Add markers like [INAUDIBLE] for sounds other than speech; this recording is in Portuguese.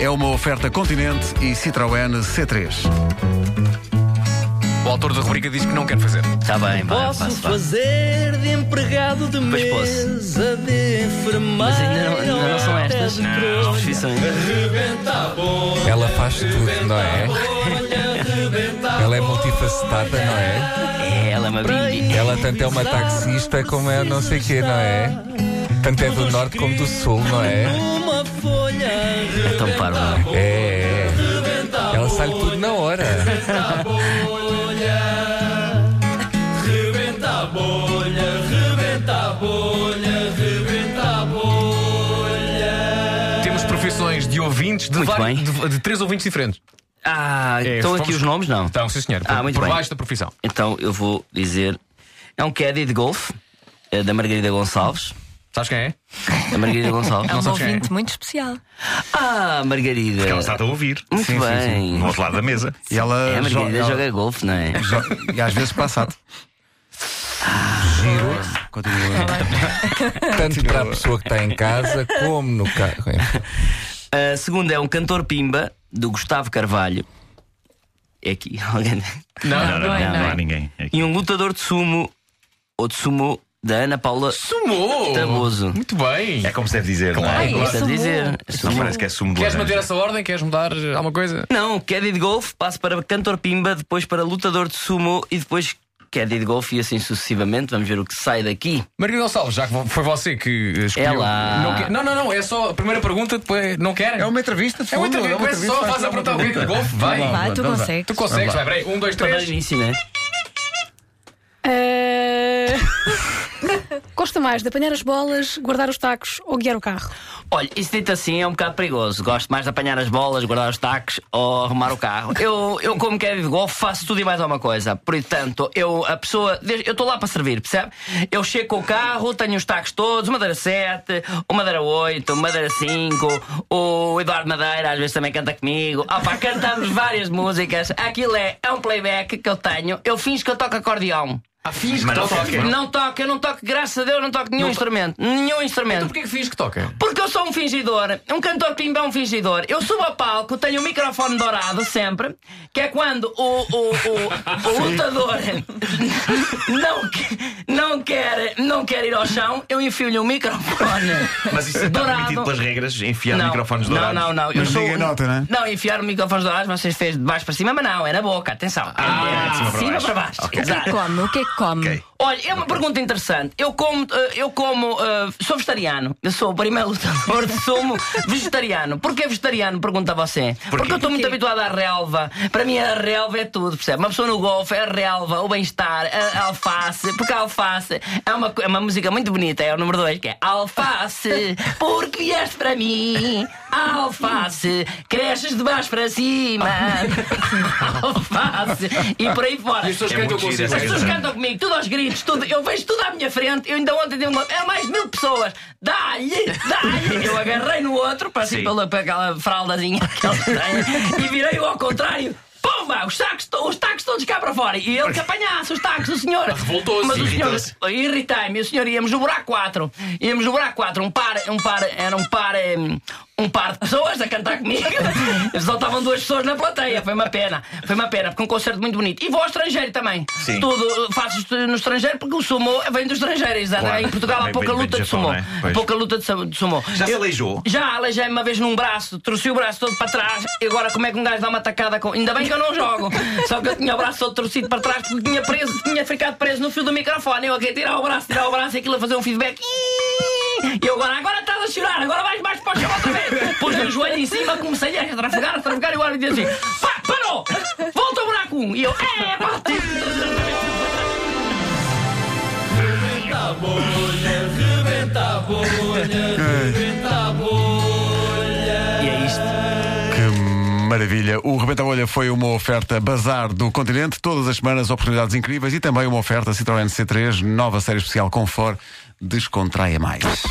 É uma oferta Continente e Citroën C3. O autor da rubrica diz que não quer fazer. Está Tá bem, vá, Posso faço, vá. fazer de empregado de Pois posso. mesa, de enfermeira. Mas ainda não- ainda não são até estas de as colha. profissões. Ela faz tudo, não é? [LAUGHS] Ela é multifacetada, não é? É, ela é uma bimbi. Ela tanto é uma taxista como é não sei quê, não é? Tanto é do norte como do sul, não é? Uma folha. É tão parvo, não É, é? é. Ela sai tudo na hora. Temos profissões de ouvintes de, Muito vari- bem. de- de três ouvintes diferentes. Ah, É, estão fomos- aqui os nomes, não? Tá. Então, sim, senhor. Ah, por muito por bem. baixo da profissão. Então eu vou dizer. É um caddy de golfe eh, da Margarida Gonçalves. Sabes quem é? Da Margarida Gonçalves. É um sabes quem é. ouvinte muito especial. Ah, Margarida. Ela está a ouvir. Muito bem. Do outro lado da mesa. E ela É, a joga, Margarida ela- joga golfe, não é? jo- e às vezes passado. Giro. Continua. Tanto para a pessoa que está em casa como no carro. A segunda é um cantor pimba do Gustavo Carvalho. É aqui, [LAUGHS] alguém. Não, Não, não, não, não, há ninguém. É aqui. E um lutador de sumo ou de sumo da Ana Paula. Sumou! Taboso. Muito bem. É como se deve dizer, não é? Ai, Gosto de sumo. dizer. Não Sumo. parece que é sumo de Queres laranja. manter essa ordem? Queres mudar eh, alguma coisa? Não, caddy de golfe, passo para cantor pimba, depois para lutador de sumo e depois caddy de golfe e assim sucessivamente. Vamos ver o que sai daqui. Margarida Gonçalves, já que vo- foi você que eh, É escolheu. Ela. Não, quer- não, não, não, é só a primeira pergunta, depois não querem? É uma entrevista de É fundo. uma entrevista, começa só, faz a pergunta ao Rico Golf, vai. Vai, tu vamos lá. consegues. Tu consegues, vai, peraí, um, dois, Para dar três. início, né? Eh, [LAUGHS] Gosto mais de apanhar as bolas, guardar os tacos ou guiar o carro. Olha, isso dito assim é um bocado perigoso. Gosto mais de apanhar as bolas, guardar os taques ou arrumar o carro. Eu, eu como caddy de golfe, faço tudo e mais alguma coisa. Portanto, eu, a pessoa, eu estou lá para servir, percebe? Eu chego com o carro, tenho os taques todos, o Madeira 7, o Madeira 8, o Madeira 5, o Eduardo Madeira às vezes também canta comigo. Ah pá, cantamos várias músicas. Aquilo é, é um playback que eu tenho. Eu finjo que eu toco acordeão. Ah, fiz que Mas não toca. toca. Não. assim? Não toco, eu não toco, graças a Deus, não toco nenhum instrumento. Nenhum instrumento. Então porquê que fiz que toca? Porque eu sou um fingidor, um cantor pimba é um fingidor. Eu subo ao palco, tenho o microfone dourado sempre, que é quando o, o, o, o lutador [LAUGHS] não, que- não, quer, não quer ir ao chão, eu enfio-lhe um microfone. Mas isso está Dourado. permitido pelas regras enfiar microfones não, dourados. não, não. Eu Mas sou, um- ninguém nota, né? Não, enfiar microfones dourados, vocês fez de baixo para cima, mas não, é na boca, atenção. é de cima para baixo. O que é que Exato. come? O que é que come? Ok. Olha, é uma pergunta interessante. Eu como, eh, eu como, eh, sou vegetariano. Eu sou o primeiro [LAUGHS] lutador de sumo vegetariano. Porquê vegetariano? Pergunta você. Porque eu estou muito habituado à relva. Para mim a relva é tudo, percebe? Uma pessoa no golfe é a relva, o bem-estar, a alface, porque a alface é uma, co- é uma música muito bonita, é o número 2, que é Alface, porque vieste para mim. Alface, cresces de baixo para [LAUGHS] cima. Alface. E por aí fora. E as pessoas É cantam muito giro consigo. essa As pessoas Exato. cantam comigo, tudo aos gritos, tudo. Eu vejo tudo à minha frente. Eu ainda ontem dei um golpe. Eram mais de mil pessoas. Dá-lhe, dá-lhe. Eu agarrei no outro, passei Sim. pela, para aquela fraldazinha que eles têm e virei-o ao contrário. Pomba! Os tacos, to- os tacos todos cá para fora. E ele que apanhasse os tacos do senhor. Revoltou-se. Mas o senhor Irritou-se. irritei-me. E O senhor íamos no buraco 4. Íamos no buraco 4. Um par, um par, era um par, hum, um par de pessoas a cantar comigo. [LAUGHS] Só estavam duas pessoas na plateia. Foi uma pena. Foi uma pena, porque é um concerto muito bonito. E vou ao estrangeiro também. Sim. Tudo eh, faço isto no estrangeiro porque o sumo vem do estrangeiro, exato. Claro. Em Portugal há Também pouca vem- vem luta do de Japão, sumo. não é? Pois. Pouca luta de sa- de sumo. Já se Eu- aleijou? já aleijei-me uma vez num braço, torci o braço todo para trás e agora como é que um gajo dá uma tacada com. Ainda bem que eu não jogo. Só que eu tinha o braço todo torcido para trás porque tinha, preso, tinha ficado preso no fio do microfone. Eu aqui a tirar o braço, tirar o braço e aquilo a fazer um feedback. E eu agora, agora estás a chorar, agora vais mais para o chão outra vez. Pus-lhe o joelho em cima, comecei a trafogar, a trafogar e o árbitro dizia assim: pá, parou! Volta ao buraco! um." E eu, é, pá, E é isto. Que maravilha. O Rebenta a Bolha foi uma oferta bazar do continente. Todas as semanas oportunidades incríveis e também uma oferta Citroën C3, nova série especial Confort. Descontraia mais.